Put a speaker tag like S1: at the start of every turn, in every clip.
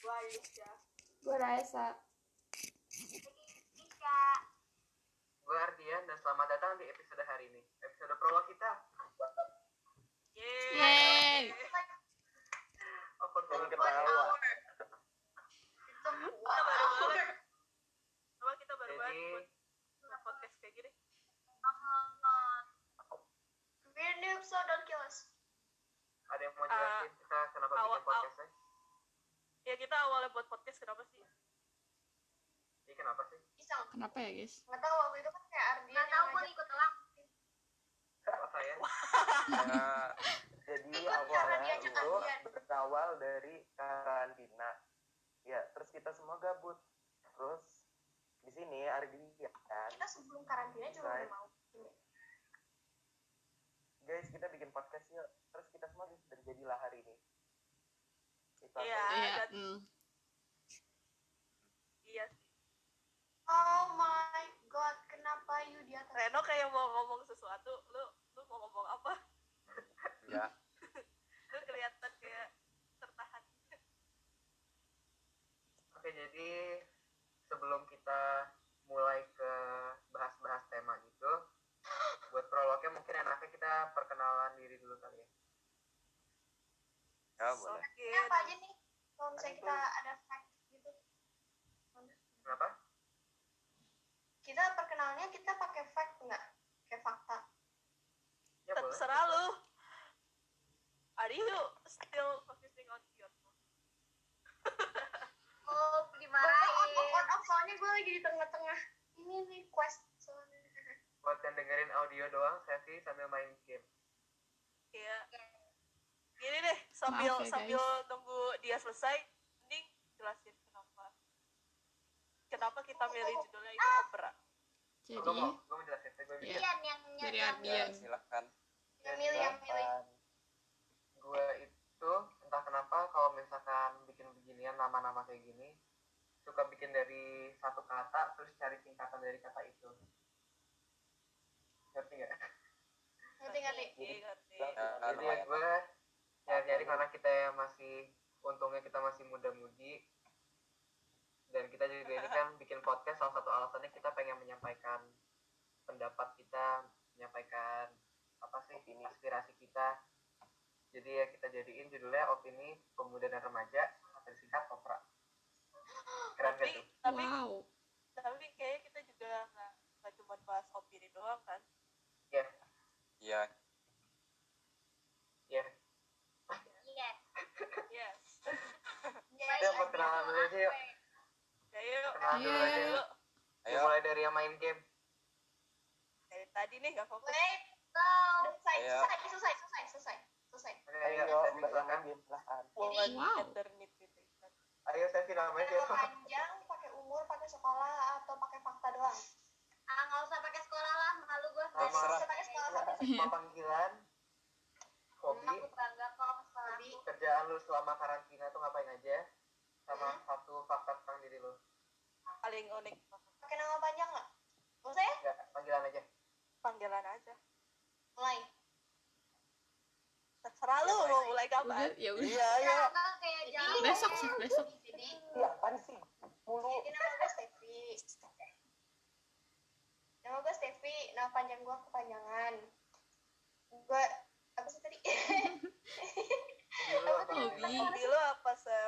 S1: Gua Alisa.
S2: Gue Raisa.
S1: Alisa.
S3: Gue Ardian dan selamat datang di episode hari ini. Episode prolog kita.
S4: Yeay.
S3: Open
S5: Jangan
S3: banget.
S5: ketawa.
S1: Kita baru banget. Coba kita baru
S3: Jadi
S1: banget buat podcast kayak gini.
S3: ada yang mau jelasin kita kenapa
S1: Eh, awal-
S3: bikin podcastnya?
S1: Ya kita awalnya buat podcast kenapa sih?
S3: Ini kenapa sih?
S4: Kenapa ya guys?
S6: kan Nggak tahu pun ikut telang.
S3: Kok saya?
S5: Nah, jadi
S6: Ikut karena
S5: awalnya
S6: diajak
S5: itu
S6: kalian.
S5: berawal dari karantina. Ya, terus kita semua gabut. Terus di sini Ardi ya kan.
S6: Kita sebelum karantina juga
S5: Right.
S6: udah mau.
S5: Guys, kita bikin podcast yuk. Terus kita semua terjadilah hari ini. Itu
S1: Iya.
S5: aja.
S4: Iya.
S1: dan-
S4: mm.
S1: Iya.
S6: Oh my god, kenapa you di atas?
S1: Reno kayak mau ngomong sesuatu. Lu lu mau ngomong apa?
S5: Ya.
S1: Lu kelihatan kayak tertahan.
S3: Oke, jadi sebelum kita mulai ke bahas-bahas tema gitu, buat prolognya mungkin enaknya kita perkenalan diri dulu kali ya.
S5: Ya,
S1: Sokin.
S6: Ini apa aja nih? Kalau misalnya kita ada fact gitu.
S3: Kenapa?
S6: Kita perkenalnya kita pakai fact nggak? Pakai fakta.
S3: Ya boleh.
S1: Terserah lu. Are you still focusing on your phone?
S6: Oh, dimarahin. Oh, out, out, out, out. Soalnya gue lagi di tengah-tengah. Ini nih quest soalnya.
S3: Buat yang dengerin audio doang, saya sih sambil main game.
S1: Iya. Gini deh, sambil
S4: Maaf ya,
S1: sambil nunggu dia selesai, mending jelasin kenapa. Kenapa kita milih judulnya itu opera?
S3: Gue
S4: Jadi
S3: mau, gue mau jelasin. Gue
S4: Iya.
S6: Kalian yang
S4: dari
S6: yang-
S2: Iya.
S4: Ardian.
S5: silakan.
S6: Yang milih, yang milih.
S3: gue itu entah kenapa kalau misalkan bikin beginian nama-nama kayak gini suka bikin dari satu kata terus cari singkatan dari kata itu ngerti nggak?
S6: Ngerti, ngerti.
S1: Iya, ngerti.
S5: Nah,
S3: Jadi ya gue nyari-nyari karena kita ya masih untungnya kita masih muda-mudi dan kita juga ini kan bikin podcast salah satu alasannya kita pengen menyampaikan pendapat kita menyampaikan apa sih
S5: Opini.
S3: aspirasi kita jadi ya kita jadiin judulnya opini pemuda dan remaja atau singkat opera keren
S1: Tapi
S3: gak tuh
S1: tapi
S4: wow.
S1: tapi kayaknya kita juga nggak nggak cuma bahas opini doang kan?
S5: Iya.
S3: ya
S6: Iya.
S1: Yes.
S3: Udah, perkenalan dulu aja yuk.
S1: Kayak
S3: kenalan dulu aja
S4: Iya.
S3: yuk. mulai dari yang main game
S1: dari tadi nih nggak fokus.
S6: Wait, no. Selesai,
S3: Iya.
S5: Ayo.
S6: selesai, selesai, selesai, selesai, selesai.
S3: ayo
S5: Ayo,
S3: Sevi,
S5: Mbak yang
S3: silakan.
S5: game silakan.
S1: Woman
S4: Wow.
S1: eternity.
S3: ayo Sevi namanya
S6: Pakai
S3: siapa
S6: panjang, pakai umur, pakai sekolah, atau pakai fakta doang? Ah, nggak usah pakai sekolah lah, malu gue.
S3: Nggak
S5: usah
S6: pakai sekolah.
S3: nama panggilan hobi
S6: bangga kalau sekolah aku.
S3: kerjaan lu selama karantina tuh ngapain aja sama satu fakta tentang diri lu
S1: Paling unik
S6: Pakai nama panjang nggak? Nggak usah ya?
S3: enggak panggilan aja
S1: panggilan aja.
S6: Mulai.
S1: Terserah lu mau mulai kapan.
S4: Udah, ya udah.
S5: Iya, iya.
S6: kayak
S4: jalan. Besok sih, besok.
S6: Jadi,
S5: Iya, apaan sih? Mulu.
S6: jadi nama gue Stevi. Nama gue Stevi, nama panjang gue kepanjangan. Gue, apa sih tadi?
S3: Hobi lu apa? Eh,
S4: Hobi.
S1: Hobi lu apa sih?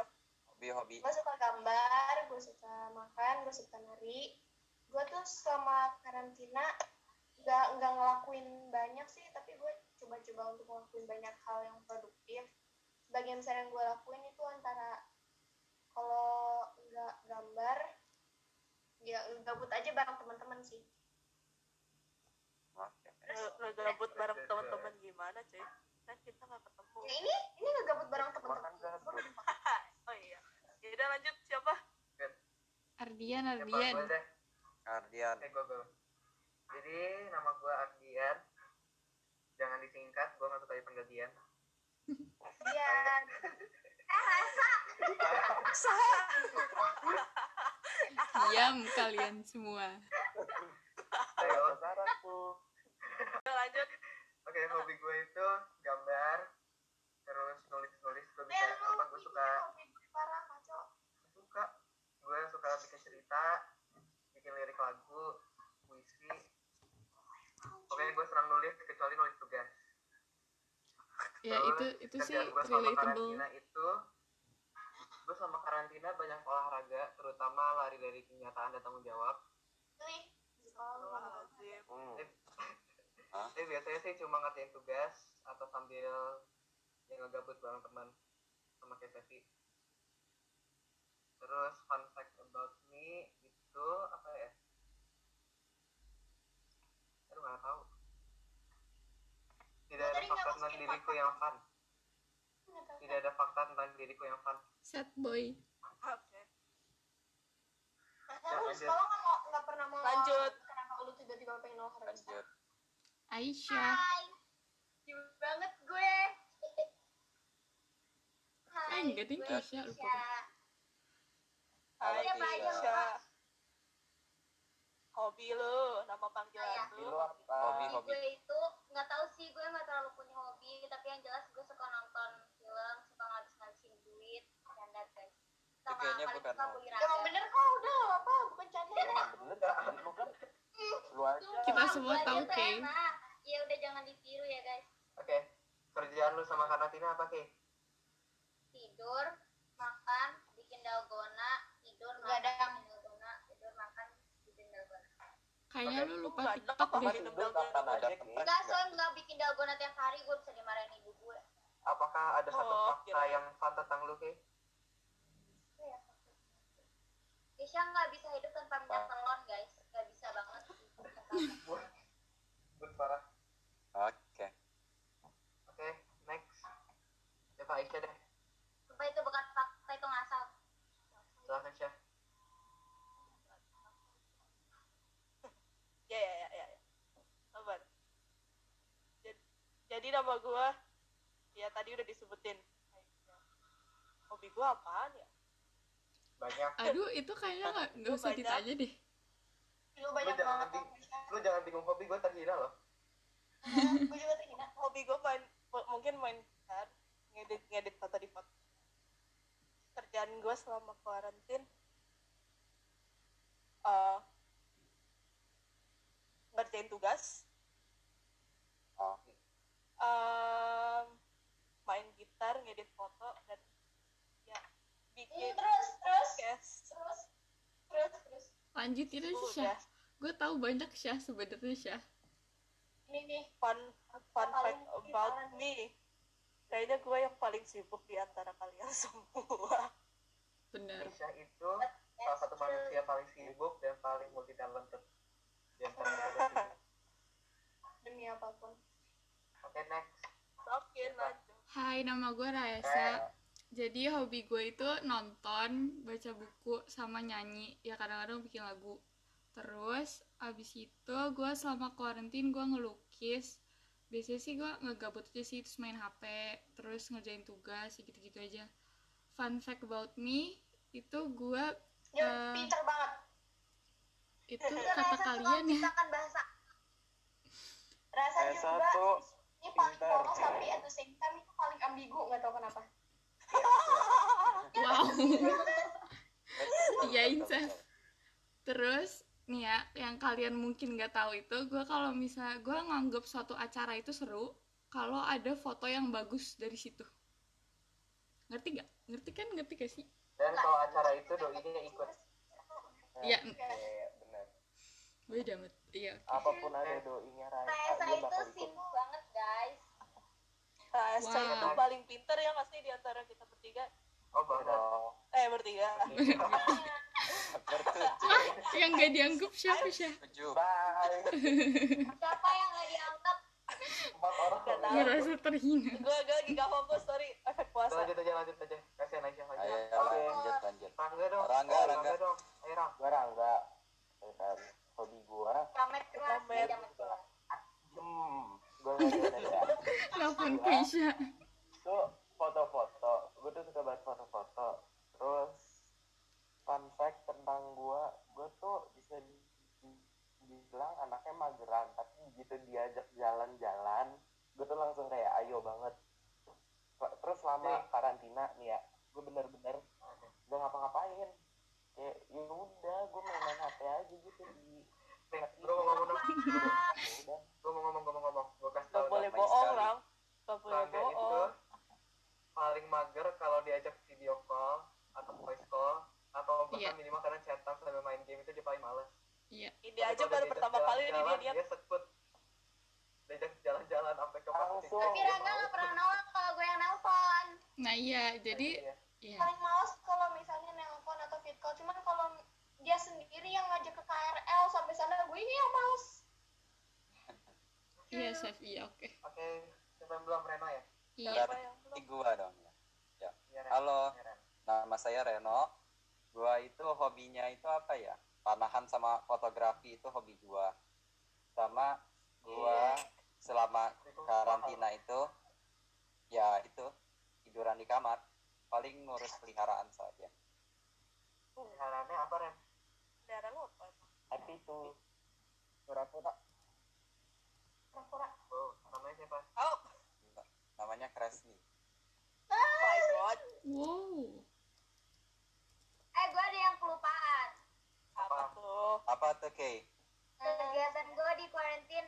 S5: Hobi-hobi.
S6: gue suka gambar, gue suka makan, gue suka nari. Gue tuh selama karantina nggak nggak ngelakuin banyak sih, tapi gue coba-coba untuk ngelakuin banyak hal yang produktif. Sebagian besar yang gue lakuin itu antara kalau nggak gambar, ya gabut aja bareng teman-teman sih.
S1: Nge- ngegabut bareng teman-teman gimana cuy kan kita nggak ketemu
S6: Nah ini ini nggak gabut bareng teman-teman.
S5: Makan gabut.
S1: oh iya ya udah lanjut siapa
S4: Ardian,
S3: Siapa?
S4: Ardian.
S3: Gua deh.
S5: Ardian.
S3: Oke, gua, gua. jadi nama gua Ardian jangan disingkat gua nggak suka dipanggil Dian
S6: Iya.
S4: Diam kalian semua.
S3: ayo
S5: Saran tuh.
S1: Udah lanjut
S3: oke hobi gue itu gambar terus nulis nulis gue bisa apa gue suka
S6: Parah, kacau.
S3: kita bikin cerita bikin lirik lagu puisi pokoknya gue senang nulis kecuali nulis tugas
S4: ya
S3: Terus,
S4: itu itu sih
S3: kerjaan gue selama
S4: relatable
S3: karantina itu gue selama karantina banyak olahraga terutama lari dari kenyataan dan tanggung jawab
S6: Nih.
S1: Astagfirullahaladzim.
S5: Hmm.
S3: tapi biasanya sih cuma ngerjain tugas atau sambil yang ngegabut bareng teman sama kayak Sevi terus fun fact about me itu apa ya aduh nggak tahu tidak
S6: Lo
S3: ada
S6: tadi nggak
S3: fakta tentang
S6: masukin
S3: diriku
S6: fakta.
S3: yang fun
S6: Nggak tahu.
S3: tidak ada fakta tentang diriku yang fun
S4: sad boy
S1: Oke.
S6: Nah, lu
S3: lanjut.
S6: sekolah kan nggak- nggak pernah mau
S1: Lanjut.
S6: Kenapa lu tiba-tiba pengen olahraga?
S5: Lanjut.
S4: Aisyah
S6: Cute banget gue.
S4: Eh, enggak deh, Keisha, lupa.
S1: Hai,
S5: Halo,
S6: Siapa aja,
S5: Keisha.
S1: Keisha. Hobi lu, nama panggilan
S5: Hobi
S1: lu.
S5: lu apa?
S2: Hobi gue itu nggak tahu sih gue nggak terlalu punya hobi tapi yang jelas gue suka nonton film suka ngabis-ngabisin duit dan that guys
S5: Itu
S2: sama
S5: kayaknya
S2: paling
S5: bukan
S2: suka
S5: mau.
S2: kuliner
S6: Emang bener kok udah nggak apa bukan canda.
S4: Iya.
S5: Emang bener kan? Lu kan lu aja.
S4: Kita semua tahu, Kay.
S2: ya udah jangan ditiru ya guys
S3: oke kerjaan lu sama karantina apa sih
S2: tidur makan bikin dalgona tidur
S6: Nggak ada
S2: makan bikin dalgona tidur makan bikin dalgona
S4: kayaknya
S5: Oke,
S4: lu lupa
S1: enggak,
S4: tiktok
S1: apa-apa.
S4: deh
S5: Masih dulu kapan ada tempat?
S2: enggak soalnya nggak bikin dalgona tiap hari gue bisa dimarahin ibu gue
S3: apakah ada satu
S1: Oh,
S3: fakta
S1: kira-kira.
S3: yang fun tentang lu Ki?
S2: Keisha nggak bisa hidup tanpa minyak
S5: Apa?
S2: telon guys nggak bisa banget
S3: Good, parah
S5: Oke.
S3: oke next coba Aisyah deh
S2: Sumpah itu bukan fakta itu ngasal
S3: silahkan Aisyah
S1: Ya, ya, ya, ya. ya. Sabar. Jadi, jadi nama gua ya tadi udah disebutin. Hobi gua apaan ya?
S3: banyak
S4: aduh itu kayaknya nggak nggak usah
S1: Banyak.
S4: ditanya deh
S6: Lu banyak
S3: Lu jangan
S6: banget.
S3: nanti. lu jangan bingung hobi gue terhina loh
S6: Gue juga terhina.
S1: Hobi gua main mungkin main gitar, ngedit ngedit atau di foto. Kerjaan gua selama karantin eh ngerjain tugas,
S5: Oh,
S1: em, main gitar, ngedit foto dan ya
S6: Iya,
S1: bikin
S6: terus terus
S1: podcast.
S6: terus terus terus.
S4: lanjut itu Syah
S1: Udah.
S4: gue tahu banyak Syah sebenarnya Syah
S6: Ini nih.
S1: fun fun fact
S6: Paling
S1: about
S6: parah
S1: me kayaknya gue yang paling sibuk di antara kalian semua
S4: benar
S3: Aisyah itu salah satu manusia paling sibuk dan paling multi talented di antara kita bertiga.
S6: Demi apapun.
S3: oke next
S1: oke
S3: Iya,
S1: lanjut
S4: Hai nama gue Raesa jadi hobi gue itu nonton baca buku sama nyanyi ya kadang-kadang bikin lagu terus abis itu gue selama karantin gue ngelukis biasanya sih gue ngegabut aja sih terus main HP terus ngerjain tugas ya gitu-gitu aja fun fact about me itu gue
S6: Ya,
S4: Eh.
S6: pinter banget.
S4: itu kata kalian ya
S2: kan bahasa
S6: Rasanya
S5: Raisa
S6: juga
S5: tuh
S6: ini paling
S5: pinter.
S6: polos tapi at the same time itu paling ambigu nggak tahu kenapa.
S4: wow
S5: betul,
S4: Iya,
S5: betul,
S4: Inces.
S5: betul.
S4: Terus nih ya, yang kalian mungkin nggak tahu itu, gue kalau misalnya gue nganggep suatu acara itu seru kalau ada foto yang bagus dari situ. Ngerti nggak? Ngerti kan? Ngerti gak sih?
S3: dan kalau acara itu doinya ikut
S4: Iya.
S5: Iya, iya, benar.
S4: Gue damet. Iya.
S5: Apapun ada doinya Raisa,
S2: Raisa
S5: dia
S2: itu
S5: bakal ikut.
S2: sibuk banget guys
S1: nah saya
S4: Wow.
S1: itu paling pinter ya pasti di antara kita bertiga
S3: oh banget
S5: Oh,
S1: eh bertiga
S5: bertujuh.
S4: Ah, yang nggak dianggap siapa sih?
S5: Tujuh. Bye.
S2: siapa yang nggak dianggap
S3: empat orang
S1: Gak tahu.
S4: Ngerasa terhina.
S1: gue gue lagi gak fokus sorry efek
S3: Udah,
S1: puasa
S3: lanjut aja lanjut aja kasihan Aisyah
S5: Ayo,
S3: lanjut
S5: ayo, lanjut, lanjut.
S3: Rangga dong
S5: Rangga,
S3: Oh,
S5: Rangga.
S3: dong ayo Rang
S5: Gua Rangga, ya kan. Hobi gua,
S2: Kamet kelas
S1: Kamet.
S2: ya, jamet kelas.
S5: hmm, gua nggak ada ya.
S4: Telepon Keisha.
S5: Tuh, foto-foto. Gua tuh suka banget foto-foto. Terus, fun fact tentang gua, gua tuh bisa di- di- dibilang anaknya mageran. Tapi gitu diajak jalan-jalan, gua tuh langsung kayak ayo banget.
S7: Iya.
S5: Terus selama karantina nih ya, gua bener-bener gak ngapa-ngapain kayak ya udah gue main-main HP aja gitu di
S3: Nih, gue mau ngomong dong.
S5: udah
S3: Gue mau ngomong, gue mau ngomong. Gue kasih tau
S1: Gak boleh
S3: gampang
S1: bohong,
S3: sekali. gitu.
S1: Ram. Gak boleh
S3: Rangga itu
S1: bohong.
S3: paling mager kalau diajak video call atau voice call atau bahkan
S4: Iya.
S3: minimal karena chatan sambil main game itu dia paling males.
S4: Iya.
S1: Ini aja
S3: Tapi kalau
S1: baru
S3: diajak
S1: pertama kali ini dia
S3: jalan-jalan,
S1: niat.
S3: Dia sekut. Diajak jalan-jalan sampai ke
S5: Langsung.
S3: Pasir.
S2: Tapi
S3: Dia
S2: Rangga
S3: males.
S2: nggak pernah nolak kalau gue yang nelpon.
S4: Nah iya, jadi
S3: Iya.
S4: iya.
S6: paling males kalau misalnya nelpon atau video call cuman kalau dia sendiri yang ngajak ke KRL sampai sana gue ini yang males
S4: Iya, Chef. Iya, oke.
S3: Oke, siapa yang belum Reno ya?
S4: Iya.
S1: Siapa yang belum?
S7: Ini gua dong ya.
S3: Iya, Reno.
S7: Halo,
S3: Iya, Reno.
S7: nama saya Reno. Gua itu hobinya itu apa ya? Panahan sama fotografi itu hobi gua. Sama gua
S5: Iya.
S7: selama karantina itu ya itu tiduran di kamar paling ngurus peliharaan saja
S3: Halannya apa Ren?
S1: Darah lu apa?
S5: tapi itu pura-pura
S6: pura-pura
S3: Oh, namanya siapa?
S1: Oh,
S7: namanya Kresni
S1: my God.
S4: Wow.
S2: Eh gue ada yang kelupaan. Nah,
S1: Apa
S3: Apa?
S1: tuh?
S7: apa tuh Kay?
S2: Eh. Kegiatan gue di kuarantin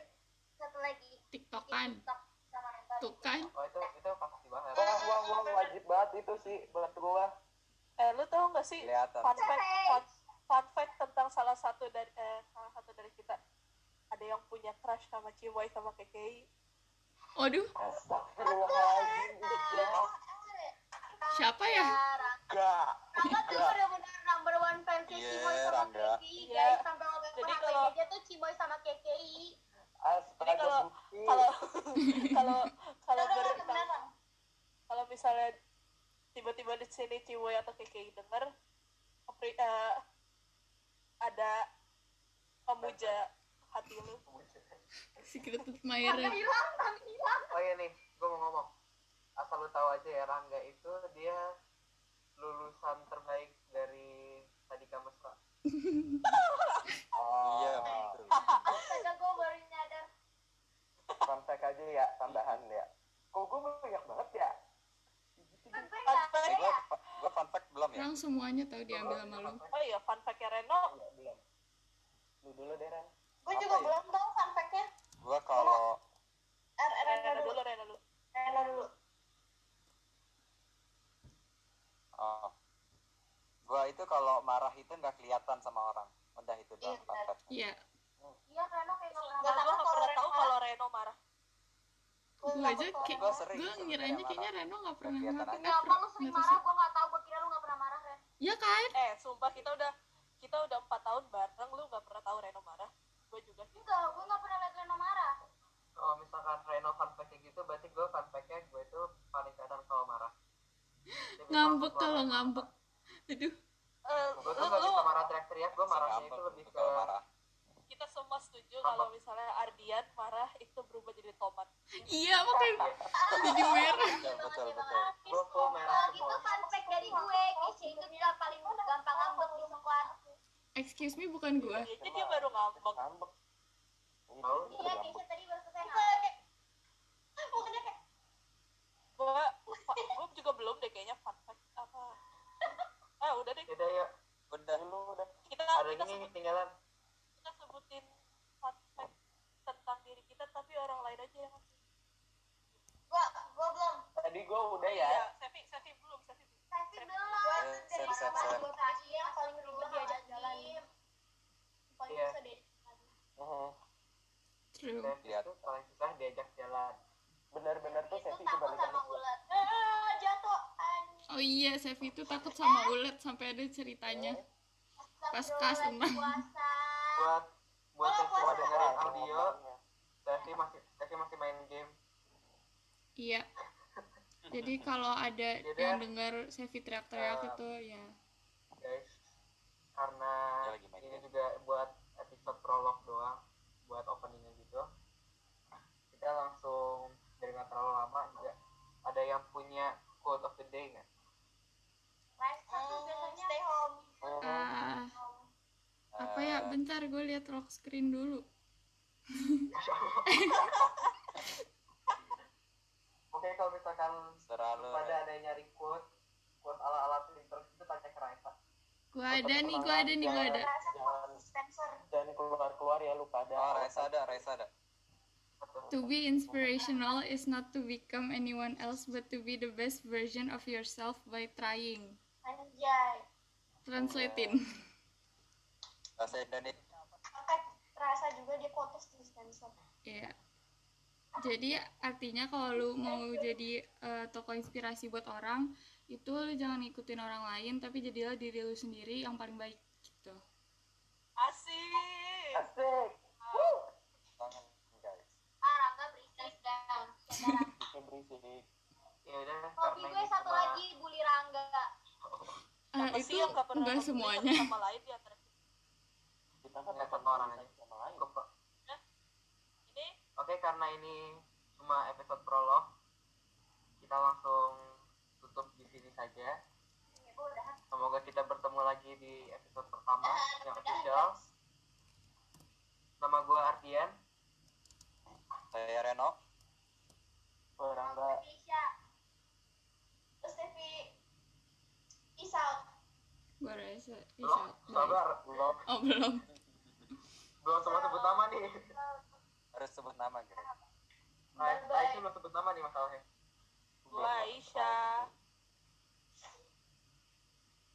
S2: satu lagi di
S4: TikTokan.
S2: TikTok sama nonton.
S4: Tuh kan.
S3: Oh, itu itu pasti banget.
S2: Iya,
S5: wah wah wah wajib banget itu sih buat gua
S1: Eh, lu tau gak sih
S7: kelihatan
S1: fun fact, fun, fun fact tentang salah satu dari eh, salah satu dari kita? Ada yang punya crush sama Cimoy sama Kekei.
S4: Aduh,
S5: astagfirullahaladzim
S4: siapa ya?
S5: enggak
S2: Rangga tuh bener-bener Kan number one fansnya
S7: Iya,
S2: Cimoy sama
S7: Rangga.
S2: KKI
S1: Iya.
S2: guys sampai waktu
S1: Jadi
S2: Jadi
S1: kalau-
S2: aja tuh Cimoy sama KKI.
S5: astaga
S1: kalau-
S5: bukti
S1: Kalau kalau kalau
S2: Udah udah
S1: ber-
S2: udah, beneran.
S1: kalau misalnya tiba-tiba di sini Ciboy atau Kekei denger apri- eh, ada pemuja hati lu.
S4: Secret of
S2: Rangga
S4: Myra.
S2: hilang, Rangga hilang.
S3: Oh iya nih, gue mau ngomong. Asal lu tahu aja ya, Rangga itu dia lulusan terbaik dari tadi kamu
S7: iya
S5: Ah.
S7: betul
S2: Astaga gue baru nyadar.
S5: fun fact aja ya tambahan ya kok gue banyak banget ya
S2: Kan gue
S1: Fun
S2: nggak
S1: fact.
S7: eh, gua,
S2: ya.
S7: gua fun fact belum ya
S4: Orang semuanya tahu diambil sama lu.
S1: Oh iya, fun fact Reno
S5: Enggak, belum lu dulu deh Ren
S6: gue
S7: Apa
S6: juga
S7: ya?
S6: belum tahu fun fact-nya
S7: gua kalau
S6: R R R
S1: Reno
S6: dulu
S1: dulu, Reno dulu.
S6: Reno dulu
S7: oh. gua itu kalau marah itu nggak kelihatan sama orang udah itu doang
S6: Iya,
S7: fun
S6: benar.
S7: fact
S4: Iya,
S2: Iya Rano kayak nggak
S1: Gua
S2: pernah.
S6: takut
S1: nggak
S6: kalau
S1: pernah
S6: Reno
S1: tahu
S6: marah.
S1: kalau Reno marah.
S6: Gua
S4: Gua
S6: takut
S4: aja
S6: kalau
S4: kayak-
S7: gua
S6: marah.
S7: sering
S4: gue
S7: sebenarnya
S4: ngiranya
S7: marah.
S4: kayaknya Reno nggak pernah
S7: Kelihatan
S4: ngapa
S7: aja.
S4: nggak
S2: Kenapa
S4: pernah
S2: lu sering
S4: kenapa
S2: marah?
S4: sih?
S2: Gue nggak tahu. Gue kira lu nggak pernah marah Ren.
S4: Ya kan?
S1: Eh, sumpah kita udah kita udah empat tahun bareng, lu nggak pernah tahu Reno marah. Gue juga gitu. sih.
S2: Enggak, gue nggak pernah liat Reno marah.
S3: Kalau misalkan Reno fun fact kayak gitu, berarti gue fun fact-nya gue itu paling kadang kalau marah. Dia bisa
S4: Ngambek
S3: langsung
S4: kalau
S3: marah.
S4: ngambek. Aduh,
S1: Eh,
S3: Gue
S1: lu,
S3: tuh gak
S1: lu,
S3: bisa marah teriak-teriak, gue marahnya
S7: Ngambek
S3: itu lebih
S7: gitu
S3: ke
S7: kalau marah
S1: kita semua setuju kalau misalnya Ardian marah itu berubah jadi tomat.
S4: iya makanya jadi
S6: Iya,
S4: merah.
S7: betul Iya, betul betul
S3: gue full merah
S2: Kalau gitu
S3: semua.
S2: fun fact dari gue, Kece itu dia paling gampang ngambek di squad.
S4: Excuse me bukan gua.
S1: Jadi dia baru ngambek.
S5: ngambek Ini
S3: Tahu?
S5: tuh
S2: Iya,
S5: ngambek.
S2: Kece tadi baru selesai ngambek.
S6: Bukannya kayak
S1: Gue gue juga belum deh kayaknya fun fact apa. Eh, udah deh.
S3: Yaudah yuk,
S7: udah
S5: Lu udah
S1: Kita
S3: ada
S1: kita,
S3: lagi nih
S1: sebut,
S3: tinggalan.
S1: kita sebutin fun fact tentang diri kita tapi orang lain aja yang
S6: gue gue belum
S5: tadi gue udah ya
S1: Iya, Sevi, Sevi belum, Sevi.
S2: Tapi belum.
S6: gue
S7: Eh,
S6: dari
S7: set, set,
S6: masa
S7: set.
S6: gue tadi yang paling ribet diajak jalan paling
S3: Iya.
S6: susah deh
S5: Mhm.
S4: True.
S3: Dan
S7: Iya.
S3: itu paling susah diajak jalan.
S5: bener-bener tuh
S2: Itu
S5: Sevi
S2: takut sama
S5: kebalikan
S2: ulat.
S6: Eh, jatuh anjing
S4: Oh iya, Chef itu takut sama ulet sampai ada ceritanya. Pas kas emang.
S2: Astagfirullah, puasa.
S3: Buat buat yang cuma
S5: Ada
S3: dengerin
S5: orang
S3: audio,
S5: ngomongnya.
S7: Eh,
S3: Devi masih Devi masih main game.
S4: Iya. Jadi kalau ada
S3: Yaudah.
S4: yang dengar Sevi teriak-teriak itu ya
S3: guys karena
S7: Dia Iya, lagi main
S3: ini
S7: game.
S3: juga buat episode prolog doang buat openingnya gitu kita langsung dari nggak terlalu lama juga ada yang punya quote of the day nggak
S2: Lifestyle tuh
S6: Hmm,
S2: biasanya
S6: stay home
S5: Mhm.
S4: ah, apa ya?
S7: Eh,
S4: Bentar gue lihat lock screen dulu.
S3: oke kalau misalkan
S7: selalu
S3: pada ada yang nyari quote quote ala ala Twitter itu tanya ke Raisa
S4: Gua ada nih, gua ada nih, gua ada.
S6: Rasa
S5: Jangan
S6: Spencer.
S5: jangan keluar keluar ya lu pada.
S7: Oh, Reza ada, Reza ada.
S4: To be inspirational is not to become anyone else but to be the best version of yourself by trying.
S6: Anjay.
S4: Translatein.
S7: Bahasa Indonesia.
S6: Akan terasa juga dia kotus di Spencer.
S4: Iya. Jadi artinya kalau lu mau jadi eh, tokoh inspirasi buat orang, itu lu jangan ngikutin orang lain tapi jadilah diri lu sendiri yang paling baik gitu.
S1: Asik.
S3: Eh,
S5: Asik.
S7: Tangan, guys.
S2: Ah, Rangga berisik dah.
S5: Bikin berisik.
S3: ya udah
S2: Hobi
S3: karena
S2: gue
S3: ini
S2: satu
S3: cuma-
S2: lagi bully Rangga.
S4: Eh,
S1: Apa
S4: itu
S1: sih yang nggak pernah
S4: enggak
S1: peduli
S4: semuanya.
S1: satu sama lain di antara kita?
S5: Kita
S3: Ya,
S5: nggak
S3: satu orang
S5: peduli
S3: aja.
S5: sama lain.
S3: cukup Pak.
S1: Ini
S3: oke karena ini cuma episode prolog kita langsung tutup di sini saja
S6: Iya,
S2: Ya, gue udah.
S3: semoga kita bertemu lagi di episode pertama Nah, yang official nama gue Ardian
S7: Saya Reno.
S5: Orang
S2: Rangga Tisha.
S6: Terus Devi. Isau.
S4: Gua rasa
S3: lo
S4: bisa. Bye.
S3: sabar belum
S4: Oh, belum.
S3: belum semua sebut nama nih
S7: Harus sebut nama, guys.
S3: nah, saya sih belum sebut nama nih masalahnya
S1: gua Aisyah.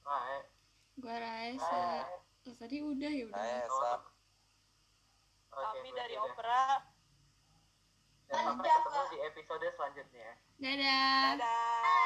S3: nah eh,
S4: Gua rasa. Oh, tadi udah ya udah.
S7: Reza.
S3: oke,
S1: Kami dari
S3: berarti udah.
S1: Opera.
S3: Dan sampai ketemu di episode selanjutnya
S4: Dadah.
S1: Dadah.